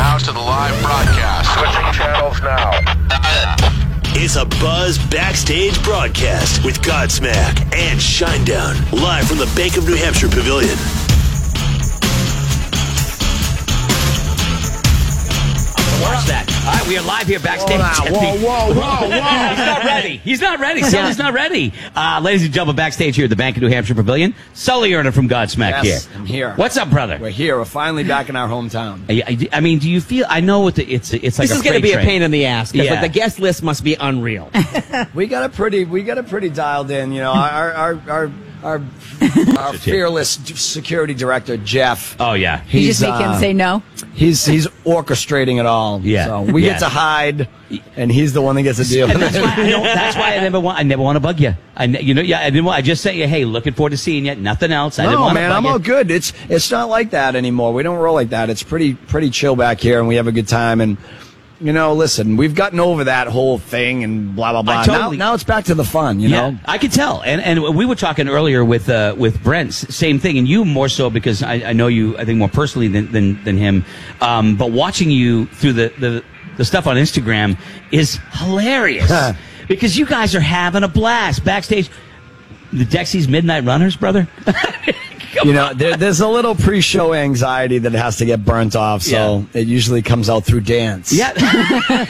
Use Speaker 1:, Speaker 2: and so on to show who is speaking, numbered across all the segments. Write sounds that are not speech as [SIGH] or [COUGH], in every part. Speaker 1: live broadcast.
Speaker 2: Switching channels now.
Speaker 3: It's a Buzz Backstage broadcast with Godsmack and Shinedown, live from the Bank of New Hampshire Pavilion.
Speaker 4: Watch that. All right, we are live here backstage. at the-
Speaker 5: whoa, whoa,
Speaker 4: He's not ready. He's not ready. Sully's not ready. Uh, ladies and gentlemen, backstage here at the Bank of New Hampshire Pavilion, Sully Erner from Godsmack
Speaker 5: Yes,
Speaker 4: here.
Speaker 5: I'm here.
Speaker 4: What's up, brother?
Speaker 5: We're here. We're finally back in our hometown.
Speaker 4: I, I- I mean, do you feel? I know what the, it's. It's like
Speaker 6: this
Speaker 4: a
Speaker 6: is going to
Speaker 4: freight
Speaker 6: be a
Speaker 4: train.
Speaker 6: pain in the ass because
Speaker 4: Yeah.
Speaker 6: like, the guest list must be
Speaker 4: [LAUGHS]
Speaker 6: unreal.
Speaker 5: We got a pretty, we got a pretty dialed in. You know, our our our our, our fearless d- security director Jeff.
Speaker 4: Oh yeah.
Speaker 5: He-
Speaker 7: You
Speaker 5: He's,
Speaker 7: just make him
Speaker 5: uh,
Speaker 7: say no.
Speaker 5: He's he's orchestrating it all.
Speaker 4: Yeah.
Speaker 5: So we
Speaker 4: Yeah.
Speaker 5: get to hide, and he's the one that gets to deal with
Speaker 4: And [LAUGHS] that's
Speaker 5: it.
Speaker 4: why I don't, that's why I never want. I never want to bug you. I ne- you know yeah. I didn't want. I just say hey, looking forward to seeing you. Nothing else. I didn't
Speaker 5: No
Speaker 4: want to
Speaker 5: man,
Speaker 4: bug
Speaker 5: I'm
Speaker 4: you.
Speaker 5: all good. It's it's not like that anymore. We don't roll like that. It's pretty pretty chill back here, and we have a good time. And you know, listen, we've gotten over that whole thing and blah blah blah.
Speaker 4: I totally-
Speaker 5: now, now it's back to the fun. You know,
Speaker 4: I could tell, and and we were talking earlier with uh, with Brent, s- same thing, and you more so because I, I know you, I think more personally than than, than him, um, but watching you through the, the the stuff on Instagram is
Speaker 5: [LAUGHS]
Speaker 4: hilarious because you guys are having a blast backstage. The Dexy's Midnight Runners,
Speaker 5: [LAUGHS]
Speaker 4: brother.
Speaker 5: you know, there, there's a little pre-show anxiety that has to get burnt off, so it usually comes out through dance. [LAUGHS]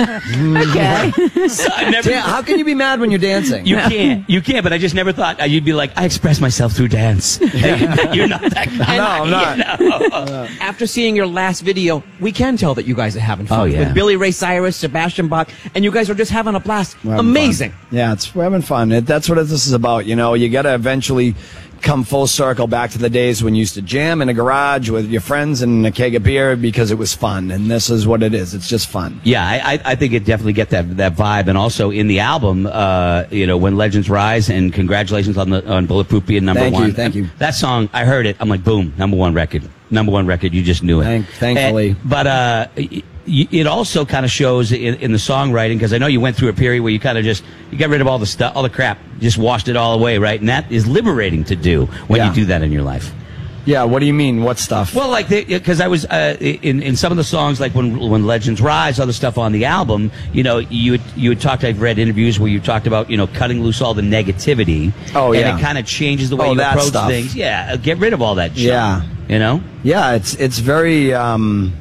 Speaker 7: Okay.
Speaker 4: So I never-
Speaker 5: Dan- how can you be mad when you're dancing?
Speaker 4: You can't. You can't. But I just never thought uh, you'd be like, I express myself through
Speaker 5: [LAUGHS]
Speaker 4: dance. You're not that guy.
Speaker 5: [LAUGHS] no, I'm not.
Speaker 6: After seeing your last video, we can tell that you guys are having fun
Speaker 4: Oh, yeah.
Speaker 6: with Billy Ray Cyrus, Sebastian Bach, and you guys are just having a blast.
Speaker 5: We're having
Speaker 6: Amazing.
Speaker 5: fun. Yeah, it's we're having fun. It, that's what this is about. You know, you got to eventually come full circle back to the days when you used to jam in a garage with your friends and a keg of beer because it was fun. And this is what it is. It's just fun.
Speaker 4: Yeah, I, I, I think it definitely get that that vibe, and also in the album, uh, you know, when legends rise, and congratulations on the on Bulletproof being number
Speaker 5: Thank you,
Speaker 4: one.
Speaker 5: thank you.
Speaker 4: That song, I heard it. I'm like, boom, number one record, number one record. You just knew it.
Speaker 5: Thank- thankfully.
Speaker 4: And- but uh, y- y- it also kind of shows in, in the songwriting because I know you went through a period where you kind of just you got rid of all the stuff, all the crap, just washed it all away, right? And that is liberating to do when
Speaker 5: Yeah.
Speaker 4: you do that in your life.
Speaker 5: Yeah. What do you mean? What stuff?
Speaker 4: Well, like because I was uh, in in some of the songs, like when when Legends Rise, other stuff on the album. You know, you had, you had talked. I've read interviews where you talked about you know cutting loose all the negativity.
Speaker 5: Oh, yeah.
Speaker 4: and it kind of changes the way
Speaker 5: Oh,
Speaker 4: you
Speaker 5: that
Speaker 4: approach
Speaker 5: stuff.
Speaker 4: things. Yeah, uh, get rid of all that. Junk,
Speaker 5: Yeah.
Speaker 4: you know.
Speaker 5: Yeah, it's it's very um,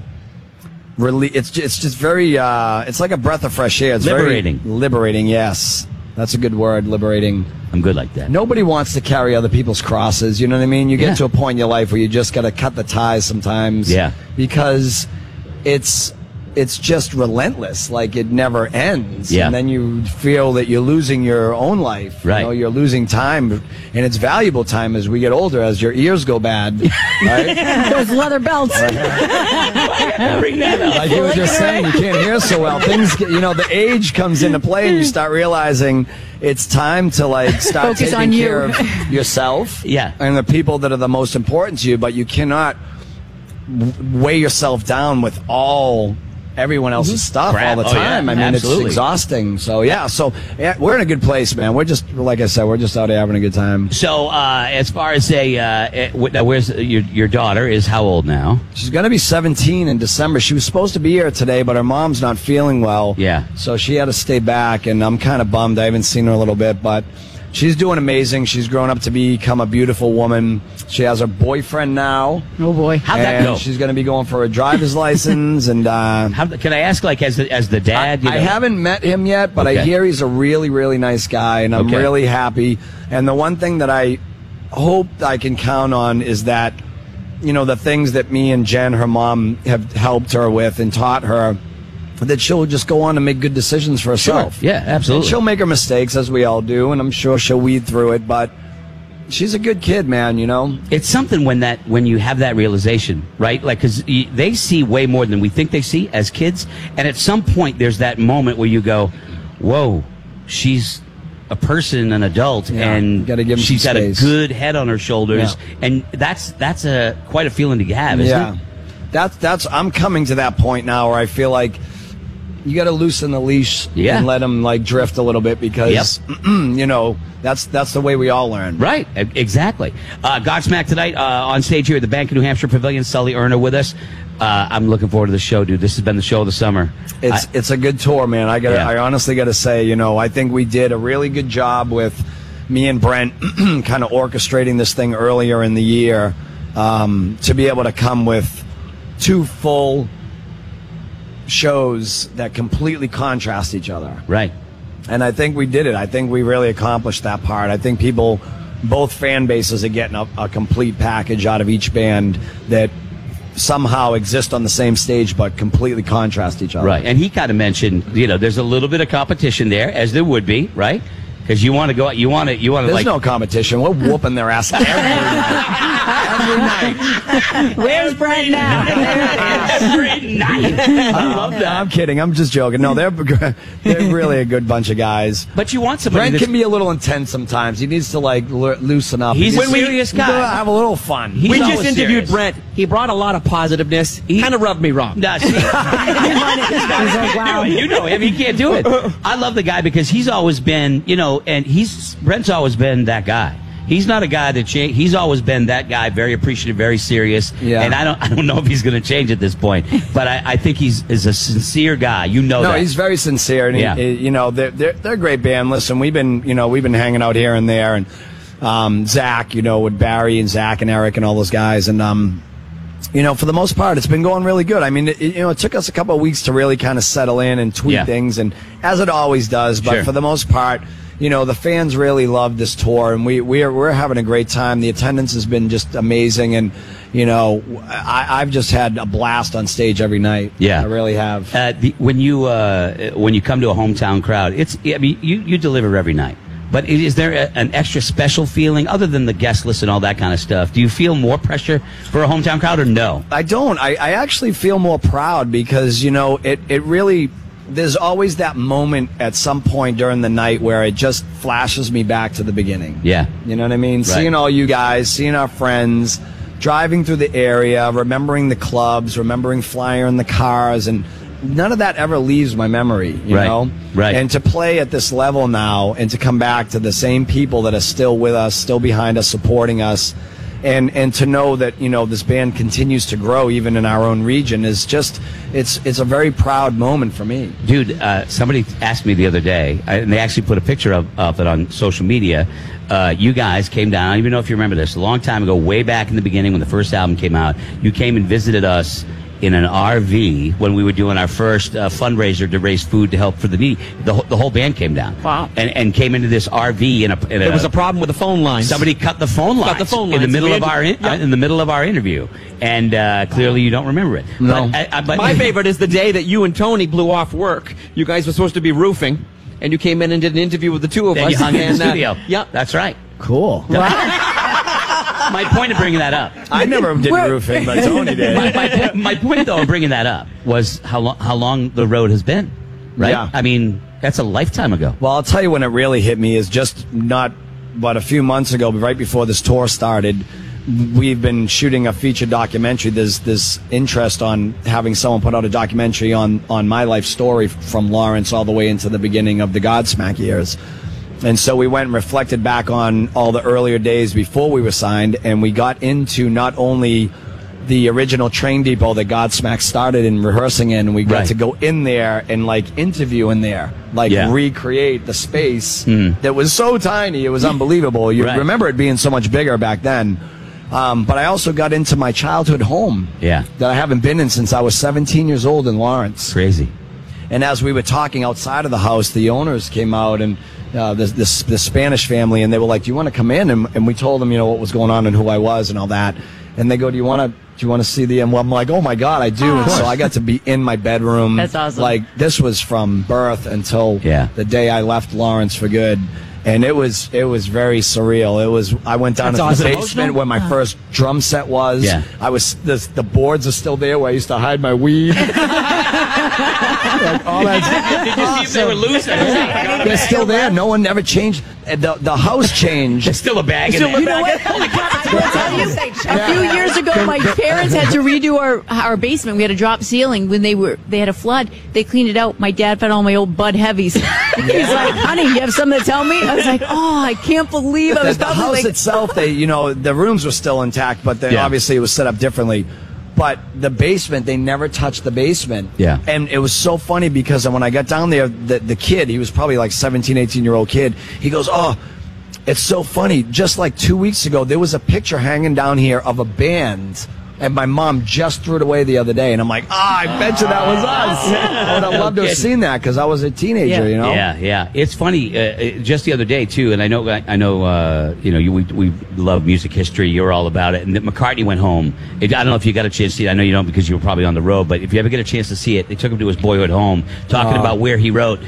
Speaker 5: really it's ju- it's just very uh, it's like a breath of fresh air. It's very
Speaker 4: Liberating.
Speaker 5: liberating. Yes, that's a good word. Liberating.
Speaker 4: I'm good like that.
Speaker 5: Nobody wants to carry other people's crosses. You know what I mean? You get
Speaker 4: Yeah.
Speaker 5: to a point in your life where you just got to cut the ties sometimes.
Speaker 4: Yeah.
Speaker 5: because it's it's just relentless. Like it never ends.
Speaker 4: Yeah.
Speaker 5: and then you feel that you're losing your own life.
Speaker 4: Right.
Speaker 5: You know, you're losing time, and it's valuable time as we get older, as your ears
Speaker 4: [LAUGHS]
Speaker 5: go bad. right.
Speaker 7: Those leather belts.
Speaker 4: Bring that up.
Speaker 5: Like you were just saying, you can't hear so well. Things, get, you know, the age comes into play, and you start realizing it's time to like start
Speaker 7: Focus
Speaker 5: taking
Speaker 7: on you.
Speaker 5: care
Speaker 7: [LAUGHS]
Speaker 5: of yourself,
Speaker 4: Yeah.
Speaker 5: and the people that are the most important to you. But you cannot w- weigh yourself down with all everyone else's
Speaker 7: Mm-hmm.
Speaker 5: stuff
Speaker 4: Crap.
Speaker 5: all the
Speaker 4: Oh, yeah.
Speaker 5: time. I mean,
Speaker 4: Absolutely.
Speaker 5: it's exhausting. So yeah, so yeah, we're in a good place, man. We're just like I said, we're just out here having a good time.
Speaker 4: So uh, as far as a uh, eh, wh- now, where's your your daughter is how old now?
Speaker 5: She's going to be 17 in December. She was supposed to be here today, but her mom's not feeling well.
Speaker 4: Yeah.
Speaker 5: So she had to stay back, and I'm kind of bummed. I haven't seen her a little bit, but she's doing amazing. She's grown up to become a beautiful woman. She has her boyfriend now.
Speaker 7: Oh boy.
Speaker 4: How'd that
Speaker 5: and
Speaker 4: go?
Speaker 5: She's going to be going for a driver's [LAUGHS] license, and uh,
Speaker 4: How, can I ask like as the, as the dad? you
Speaker 5: I
Speaker 4: know?
Speaker 5: haven't met him yet, but I
Speaker 4: Okay.
Speaker 5: hear he's a really, really nice guy, and I'm
Speaker 4: Okay.
Speaker 5: really happy. And the one thing that I hope I can count on is that, you know, the things that me and Jen, her mom, have helped her with and taught her, that she'll just go on to make good decisions for herself.
Speaker 4: Yeah, absolutely.
Speaker 5: And she'll make her mistakes, as we all do, and I'm sure she'll weed through it, but she's a good kid, man, you know?
Speaker 4: it's something when that when you have that realization right like because they see way more than we think they see as kids and at some point there's that moment where you go whoa she's a person an adult
Speaker 5: Yeah,
Speaker 4: and
Speaker 5: you gotta give 'em
Speaker 4: she's
Speaker 5: some
Speaker 4: got
Speaker 5: space.
Speaker 4: a good head on her shoulders
Speaker 5: Yeah.
Speaker 4: and that's that's a quite a feeling to have isn't
Speaker 5: yeah.
Speaker 4: it
Speaker 5: That's that's I'm coming to that point now where I feel like you got to loosen the leash
Speaker 4: Yeah.
Speaker 5: and let them like drift a little bit because [CLEARS THROAT] you know that's that's the way we all learn.
Speaker 4: Right, e- exactly. Uh, Godsmack tonight uh, on stage here at the Bank of New Hampshire Pavilion. Sully Erna with us. Uh, I'm looking forward to the show, dude. This has been the show of the summer.
Speaker 5: It's
Speaker 4: I-
Speaker 5: it's a good tour, man. I got
Speaker 4: Yeah.
Speaker 5: to I honestly got to say, you know, I think we did a really good job with me and Brent [CLEARS THROAT] kind of orchestrating this thing earlier in the year um, to be able to come with two full shows that completely contrast each other.
Speaker 4: right.
Speaker 5: And I think we did it. I think we really accomplished that part. I think people, both fan bases, are getting a, a complete package out of each band that somehow exist on the same stage but completely contrast each other.
Speaker 4: Right. And he kind of mentioned, you know, there's a little bit of competition there, as there would be, right? Because you want to go out, you want to, you want to
Speaker 5: There's
Speaker 4: like.
Speaker 5: no competition. We're whooping their
Speaker 4: [LAUGHS]
Speaker 5: ass every night. Every night.
Speaker 1: Where's Brent now?
Speaker 4: I love that.
Speaker 5: I'm kidding. I'm just joking. No, they're [LAUGHS] they're really a good bunch of guys.
Speaker 4: But you want somebody
Speaker 5: Brent
Speaker 4: that's-
Speaker 5: can be a little intense sometimes. He needs to like lo- loosen up. He
Speaker 4: He's a
Speaker 5: needs to-
Speaker 4: serious
Speaker 5: you know,
Speaker 4: guy.
Speaker 5: Have a little fun.
Speaker 4: He's
Speaker 6: [LAUGHS] we
Speaker 4: not
Speaker 6: just
Speaker 4: serious.
Speaker 6: interviewed Brent. He brought a lot of positiveness. He kind of rubbed me
Speaker 4: [LAUGHS]
Speaker 6: wrong.
Speaker 4: No,
Speaker 5: [LAUGHS]
Speaker 4: see,
Speaker 1: He's like,
Speaker 4: do
Speaker 1: wow.
Speaker 4: it. [LAUGHS] You know him. He can't do it. I love the guy because he's always been, you know, and he's Brent's always been that guy. He's not a guy that change. He's always been that guy, very appreciative, very serious.
Speaker 5: Yeah.
Speaker 4: And I don't, I don't know if he's going to change at this point, but I, I think he's is a sincere guy. You know
Speaker 5: No,
Speaker 4: that.
Speaker 5: he's very sincere, and he-
Speaker 4: Yeah.
Speaker 5: he, you know they're, they're they're a great band. Listen, we've been you know we've been hanging out here and there, and um, Zach, you know, with Barry and Zach and Eric and all those guys, and um, you know, for the most part, it's been going really good. I mean, it, you know, it took us a couple of weeks to really kind of settle in and tweak
Speaker 4: Yeah.
Speaker 5: things, and as it always does. But
Speaker 4: Sure.
Speaker 5: for the most part, you know, the fans really love this tour, and we we're we're having a great time. The attendance has been just amazing, and you know, I, I've just had a blast on stage every night.
Speaker 4: Yeah.
Speaker 5: I really have.
Speaker 4: Uh, the, when you uh, when you come to a hometown crowd, it's I mean you, you deliver every night. But is there a, an extra special feeling other than the guest list and all that kind of stuff? Do you feel more pressure for a hometown crowd or no?
Speaker 5: I don't. I, I actually feel more proud because, you know, it, it really, there's always that moment at some point during the night where it just flashes me back to the beginning.
Speaker 4: Yeah.
Speaker 5: You know what I mean? Seeing all you guys, seeing our friends, driving through the area, remembering the clubs, remembering Flyer in the cars, and none of that ever leaves my memory, you
Speaker 4: Right.
Speaker 5: know?
Speaker 4: Right.
Speaker 5: And to play at this level now and to come back to the same people that are still with us, still behind us, supporting us, and and to know that you know this band continues to grow even in our own region is just it's it's a very proud moment for me.
Speaker 4: Dude, uh, somebody asked me the other day, I- and they actually put a picture of, of it on social media. Uh, you guys came down. I don't even know if you remember this. A long time ago, way back in the beginning when the first album came out, you came and visited us in an RV when we were doing our first uh, fundraiser to raise food to help for the needy. The, whole- the whole band came down.
Speaker 6: Wow.
Speaker 4: And, and came into this RV in a. In
Speaker 6: There was a problem with the phone line.
Speaker 4: Somebody cut the phone line
Speaker 6: Cut the phone
Speaker 4: in the
Speaker 6: lines.
Speaker 4: middle
Speaker 6: We
Speaker 4: of
Speaker 6: had-
Speaker 4: our in,
Speaker 6: yeah.
Speaker 4: uh, in the middle of our interview, and uh, clearly you don't remember it.
Speaker 5: No.
Speaker 4: But I- I- [LAUGHS] but-
Speaker 6: My favorite is the day that you and Tony blew off work. You guys were supposed to be roofing, and you came in and did an interview with the two of
Speaker 4: Then
Speaker 6: us.
Speaker 4: you hung in the
Speaker 6: and, uh,
Speaker 4: studio.
Speaker 6: yeah.
Speaker 4: that's right.
Speaker 5: Cool.
Speaker 4: My point of bringing that up.
Speaker 5: [LAUGHS] I never did
Speaker 1: We're-
Speaker 5: roofing, but Tony
Speaker 4: [LAUGHS]
Speaker 5: did.
Speaker 4: My, my, po- my point, though, of bringing that up was how long how long the road has been, right?
Speaker 5: Yeah.
Speaker 4: I mean, that's a lifetime ago.
Speaker 5: Well, I'll tell you when it really hit me is just not but a few months ago, but right before this tour started. We've been shooting a feature documentary. There's this interest on having someone put out a documentary on on my life story from Lawrence all the way into the beginning of the Godsmack years. And so we went and reflected back on all the earlier days before we were signed, and we got into not only the original train depot that Godsmack started in rehearsing in, we got
Speaker 4: Right.
Speaker 5: to go in there and like interview in there, like
Speaker 4: Yeah.
Speaker 5: recreate the space that was so tiny. It was unbelievable. You
Speaker 4: Hmm. Right.
Speaker 5: remember it being so much bigger back then. Um, but I also got into my childhood home
Speaker 4: Yeah.
Speaker 5: that I haven't been in since I was 17 years old in Lawrence.
Speaker 4: Crazy.
Speaker 5: And as we were talking outside of the house, the owners came out and uh, this, this this Spanish family, and they were like, "Do you want to come in?" And, and we told them, you know, what was going on and who I was and all that. And they go, "Do you want to?" Do you want to see the? And I'm like, oh my god, I do. And so I got to be in my bedroom.
Speaker 1: That's awesome.
Speaker 5: Like this was from birth until
Speaker 4: Yeah.
Speaker 5: the day I left Lawrence for good, and it was it was very surreal. It was I went down
Speaker 6: That's
Speaker 5: to
Speaker 6: awesome.
Speaker 5: the basement where my first drum set was.
Speaker 4: Yeah.
Speaker 5: I was the the boards are still there where I used to hide my weed. [LAUGHS] All
Speaker 6: [LAUGHS]
Speaker 5: that-
Speaker 4: Did you see if they were loose?
Speaker 5: they're still there. No one ever changed. Uh, The the house changed.
Speaker 4: Still a bag in
Speaker 1: You
Speaker 4: there.
Speaker 1: know what? I
Speaker 4: [LAUGHS]
Speaker 1: will tell you, a few years ago, my parents had to redo our our basement. We had a drop ceiling when they were they had a flood. They cleaned it out. My dad found all my old Bud Heavies. [LAUGHS] He's like, "Honey, you have something to tell me?" I was like, "Oh, I can't believe I
Speaker 5: The,
Speaker 1: was
Speaker 5: the
Speaker 1: probably
Speaker 5: house
Speaker 1: like,
Speaker 5: itself, they you know the rooms were still intact, but they,
Speaker 4: Yeah.
Speaker 5: obviously it was set up differently. But the basement, they never touched the basement.
Speaker 4: Yeah.
Speaker 5: And it was so funny because when I got down there, the, the kid, he was probably like 17, 18 year old kid, he goes, Oh, it's so funny. Just like two weeks ago, there was a picture hanging down here of a band. And my mom just threw it away the other day, and I'm like, ah, I bet you that was
Speaker 1: [LAUGHS]
Speaker 5: us. I would have loved to have
Speaker 4: kidding.
Speaker 5: seen that because I was a teenager,
Speaker 1: Yeah.
Speaker 5: you know.
Speaker 4: Yeah, yeah. It's funny. Uh, it- just the other day too, and I know, I, I know. Uh, you know, you, we we love music history. You're all about it. And that McCartney went home. It, I don't know if you got a chance to see it. I know you don't because you were probably on the road. But if you ever get a chance to see it, they took him to his boyhood home,
Speaker 5: Oh.
Speaker 4: talking about where he wrote.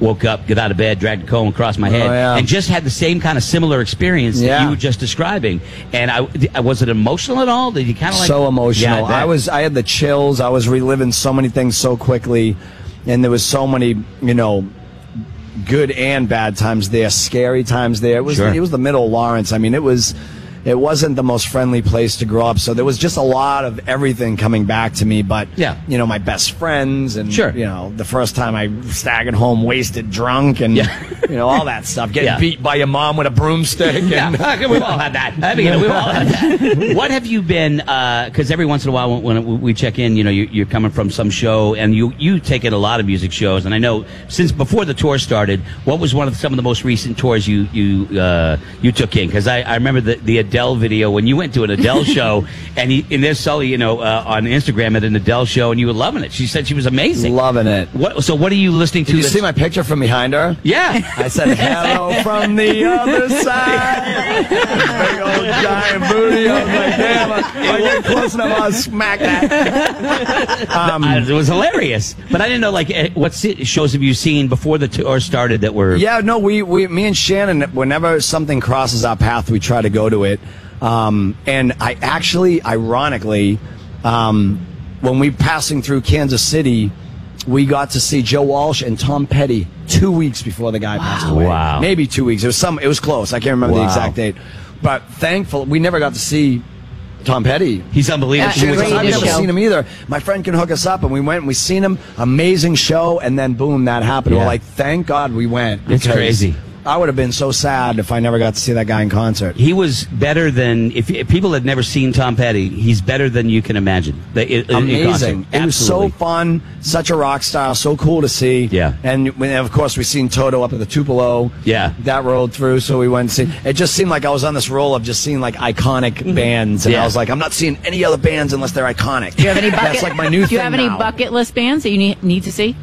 Speaker 4: Woke up, got out of bed, dragged a comb across my head,
Speaker 5: Oh, yeah.
Speaker 4: and just had the same kind of similar experience that
Speaker 5: Yeah.
Speaker 4: you were just describing. And I, I- was it emotional at all? Did you kind of like
Speaker 5: so emotional.
Speaker 4: Yeah, that-
Speaker 5: I was I had the chills. I was reliving so many things so quickly, and there was so many you know good and bad times there, scary times there. It was
Speaker 4: Sure.
Speaker 5: it was the middle of Lawrence. I mean, it was it wasn't the most friendly place to grow up. So there was just a lot of everything coming back to me. But
Speaker 4: Yeah.
Speaker 5: you know, my best friends and
Speaker 4: Sure.
Speaker 5: you know the first time I staggered home wasted, drunk, and
Speaker 4: Yeah.
Speaker 5: [LAUGHS] you know all that stuff. Getting
Speaker 4: Yeah.
Speaker 5: beat by your mom with a broomstick.
Speaker 4: [LAUGHS]
Speaker 5: And, [LAUGHS]
Speaker 4: Yeah, we've all had that. I mean, we've all had that. What have you been? Because every once in a while, when, when we check in, you know, you, you're coming from some show, and you you take in a lot of music shows. And I know since before the tour started, what was one of some of the most recent tours you you uh, you took in? Because I, I remember the, the Adele video when you went to an
Speaker 5: [LAUGHS]
Speaker 4: Adele show, and he, and there's Sully, you know, uh, on Instagram at an Adele show, and you were loving it. She said she was amazing.
Speaker 5: Loving it.
Speaker 4: What? So what are you listening to?
Speaker 5: Did you
Speaker 4: that's-
Speaker 5: see my picture from behind her? [LAUGHS]
Speaker 4: Yeah.
Speaker 5: I said hello from the other side. Big old giant booty. I was like, damn, if I Um, get close enough, I'll smack that.
Speaker 4: I- Mm. it was hilarious. But I didn't know like eh, what si- shows have you seen before the tour started that were
Speaker 5: Yeah, no, we, we, me and Shannon, whenever something crosses our path, we try to go to it. Um, and I actually, ironically, um, when we passing through Kansas City, we got to see Joe Walsh and Tom Petty two weeks before the guy passed away.
Speaker 4: Wow.
Speaker 5: maybe two weeks. It was some. It was close. I can't remember
Speaker 4: Wow.
Speaker 5: the exact date. But thankful, we never got to see Tom Petty.
Speaker 4: He's unbelievable.
Speaker 1: That's He was
Speaker 5: Because I've
Speaker 1: great
Speaker 5: never
Speaker 1: show.
Speaker 5: seen him either. My friend can hook us up, and we went and we seen him. Amazing show, and then boom, that happened.
Speaker 4: Yeah.
Speaker 5: We're like, thank God we went.
Speaker 4: It's
Speaker 5: because
Speaker 4: crazy.
Speaker 5: I would have been so sad if I never got to see that guy in concert.
Speaker 4: He was better than if, if people had never seen Tom Petty. He's better than you can imagine. The- in- in concert.
Speaker 5: Amazing. It was so
Speaker 4: Absolutely.
Speaker 5: fun, such a rock star, so cool to see.
Speaker 4: Yeah.
Speaker 5: And when, of course, we seen Toto up at the Tupelo.
Speaker 4: Yeah.
Speaker 5: That rolled through, so we went and see. It just seemed like I was on this roll of just seeing like iconic bands, and
Speaker 4: Mm-hmm. Yeah.
Speaker 5: I was like, I'm not seeing any other bands unless they're iconic.
Speaker 1: Do you have any bucket?
Speaker 5: That's like my new
Speaker 1: Do you
Speaker 5: thing
Speaker 1: have any
Speaker 5: now.
Speaker 1: bucket list bands that you need, need to see?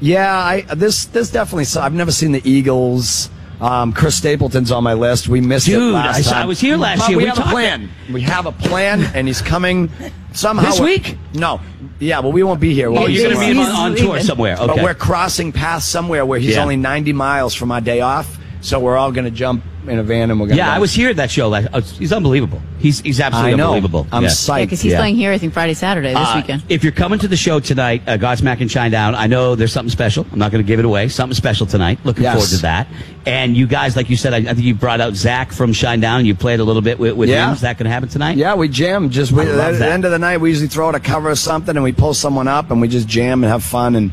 Speaker 5: Yeah, I this this definitely. So I've never seen the Eagles. Um, Chris Stapleton's on my list. We missed it
Speaker 4: Dude, I
Speaker 5: last
Speaker 4: saw-
Speaker 5: time.
Speaker 4: I was here last
Speaker 5: But
Speaker 4: year.
Speaker 5: We,
Speaker 4: We
Speaker 5: have a
Speaker 4: talked-
Speaker 5: plan. We have a plan, and he's coming somehow.
Speaker 4: This week?
Speaker 5: No. Yeah, well, we won't be here. We'll
Speaker 4: Oh,
Speaker 5: be
Speaker 4: you're going to
Speaker 5: somewhere
Speaker 4: be
Speaker 5: else.
Speaker 4: on, on tour somewhere. Okay.
Speaker 5: But we're crossing paths somewhere where he's
Speaker 4: Yeah.
Speaker 5: only 90 miles from our day off, so we're all going to jump in a van and we're going to
Speaker 4: yeah, I was here at that show. Last, oh, he's unbelievable. He's he's absolutely
Speaker 5: I know.
Speaker 4: unbelievable.
Speaker 5: I'm
Speaker 4: Yeah.
Speaker 5: psyched.
Speaker 1: Yeah, because he's
Speaker 4: Yeah.
Speaker 1: playing here, I think, Friday, Saturday, this
Speaker 4: Uh,
Speaker 1: weekend.
Speaker 4: If you're coming to the show tonight, uh, Godsmack and Shine Down, I know there's something special. I'm not going to give it away. Something special tonight. Looking
Speaker 5: Yes.
Speaker 4: forward to that. And you guys, like you said, I, I think you brought out Zach from Shine Down. and You played a little bit with, with
Speaker 5: Yeah.
Speaker 4: him. Is that going to happen tonight?
Speaker 5: Yeah, we jam. Just we,
Speaker 4: I love
Speaker 5: at
Speaker 4: that.
Speaker 5: the end of the night, we usually throw out a cover or something, and we pull someone up, and we just jam and have fun. And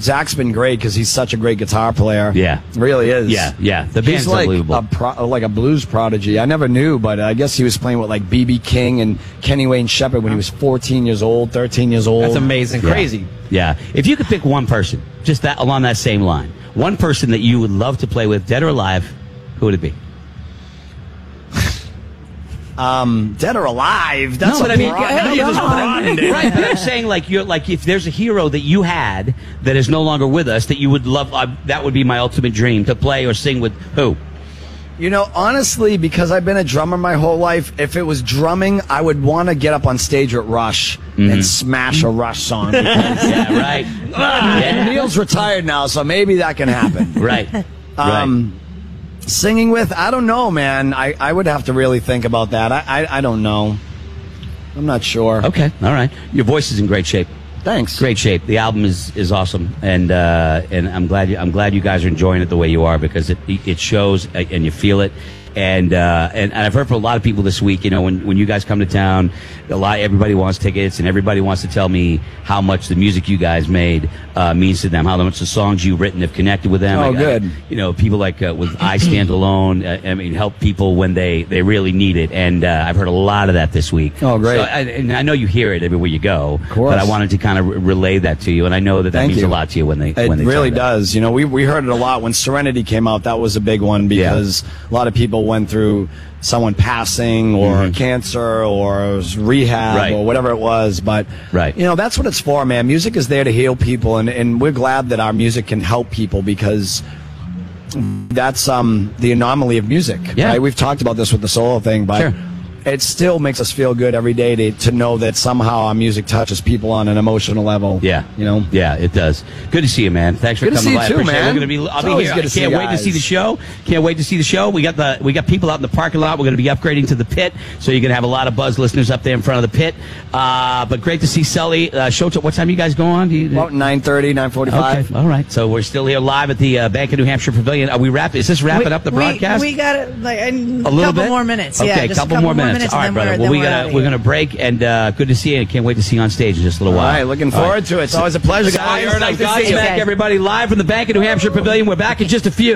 Speaker 5: Zach's been great because he's such a great guitar player.
Speaker 4: Yeah.
Speaker 5: really is.
Speaker 4: Yeah, yeah. The band's
Speaker 5: he's like
Speaker 4: unbelievable.
Speaker 5: a pro- like a blues prodigy. I never knew, but I guess he was playing with like BB King and Kenny Wayne Shepherd when he was 14 years old, 13 years old.
Speaker 6: That's amazing.
Speaker 4: Yeah.
Speaker 6: Crazy.
Speaker 4: Yeah. If you could pick one person, just that along that same line, one person that you would love to play with, dead or alive, who would it be?
Speaker 5: Dead or alive? That's
Speaker 4: no,
Speaker 5: a
Speaker 4: but I mean,
Speaker 5: broad-
Speaker 4: yeah,
Speaker 5: you
Speaker 4: yeah,
Speaker 5: just
Speaker 4: yeah.
Speaker 5: broadened it.
Speaker 4: right? But I'm saying, like, you're like, if there's a hero that you had that is no longer with us, that you would love, uh, that would be my ultimate dream to play or sing with who?
Speaker 5: You know, honestly, because I've been a drummer my whole life, if it was drumming, I would want to get up on stage with Rush and smash a Rush song. because-
Speaker 4: Yeah, right.
Speaker 5: And
Speaker 4: yeah,
Speaker 5: Neil's retired now, so maybe that can happen.
Speaker 4: right.
Speaker 5: Um, Singing with, I don't know, man. I, I would have to really think about that. I, I, I don't know. I'm not sure.
Speaker 4: right. Okay. All right. Your voice is in great shape.
Speaker 5: Thanks.
Speaker 4: great shape. The album is, is awesome, and uh, and I'm glad you, I'm glad you guys are enjoying it the way you are because it it shows uh, and you feel it. And, uh, and and I've heard from a lot of people this week. You know, when when you guys come to town, a lot everybody wants tickets, and everybody wants to tell me how much the music you guys made uh, means to them, how much the songs you've written have connected with them.
Speaker 5: Oh,
Speaker 4: I- I-
Speaker 5: good.
Speaker 4: you know, people like uh, with I Stand
Speaker 5: [CLEARS THROAT]
Speaker 4: Alone. Uh, I mean, help people when they they really need it. And uh, I've heard a lot of that this week.
Speaker 5: Oh, great.
Speaker 4: So I, and I know you hear it everywhere you go. Of
Speaker 5: course.
Speaker 4: But I wanted to kind of re- relay that to you, and I know that that
Speaker 5: Thank
Speaker 4: means a
Speaker 5: you.
Speaker 4: lot to you when they
Speaker 5: It
Speaker 4: when they
Speaker 5: really
Speaker 4: tell you that.
Speaker 5: does. You know, we, we heard it a lot when Serenity came out. That was a big one because a lot of people went through someone passing or cancer or rehab
Speaker 4: Mm-hmm. Right.
Speaker 5: or whatever it was. But
Speaker 4: Right.
Speaker 5: you know, that's what it's for, man. Music is there to heal people, and, and we're glad that our music can help people because that's um the anomaly of music.
Speaker 4: Yeah.
Speaker 5: right? we've talked about this with the solo thing, but.
Speaker 4: Sure.
Speaker 5: It still makes us feel good every day to, to know that somehow our music touches people on an emotional level.
Speaker 4: Yeah,
Speaker 5: You know?
Speaker 4: Yeah, it does. Good to see you, man. Thanks for
Speaker 5: Good to
Speaker 4: coming
Speaker 5: see you
Speaker 4: by. I
Speaker 5: too,
Speaker 4: appreciate it.
Speaker 5: man.
Speaker 4: We're gonna be. I'll
Speaker 5: It's
Speaker 4: be
Speaker 5: always
Speaker 4: here.
Speaker 5: good to
Speaker 4: I
Speaker 5: see
Speaker 4: can't
Speaker 5: you
Speaker 4: wait to
Speaker 5: guys.
Speaker 4: see the show. Can't wait to see the show. We got the we got people out in the parking lot. We're gonna be upgrading to the pit, so you're gonna have a lot of buzz listeners up there in front of the pit. Uh, but great to see Sully. Uh, show t- what time you guys go on? Do you,
Speaker 5: About 9.30, 9.45.
Speaker 4: Okay. All right. So we're still here live at the uh, Bank of New Hampshire Pavilion. Are we wrap? Is this wrapping
Speaker 2: we,
Speaker 4: up the
Speaker 2: we-
Speaker 4: broadcast?
Speaker 2: We, got it. Like,
Speaker 4: a little
Speaker 2: couple
Speaker 4: bit
Speaker 2: more minutes.
Speaker 4: Okay,
Speaker 2: yeah,
Speaker 4: a
Speaker 2: just
Speaker 4: couple, more minutes.
Speaker 2: and
Speaker 4: All right,
Speaker 2: then
Speaker 4: brother.
Speaker 2: we're-
Speaker 4: well,
Speaker 2: then
Speaker 4: we
Speaker 2: we're
Speaker 4: gotta
Speaker 2: outta
Speaker 4: we're
Speaker 2: here.
Speaker 4: gonna break, and uh, good to see you. Can't wait to see you on stage in just a little while.
Speaker 5: All right, looking forward to it. It's always a pleasure, guys.
Speaker 4: Iron on
Speaker 1: Nice to see you.
Speaker 4: Godsmack, everybody, live from the Bank of New Hampshire Pavilion. We're back in just a few.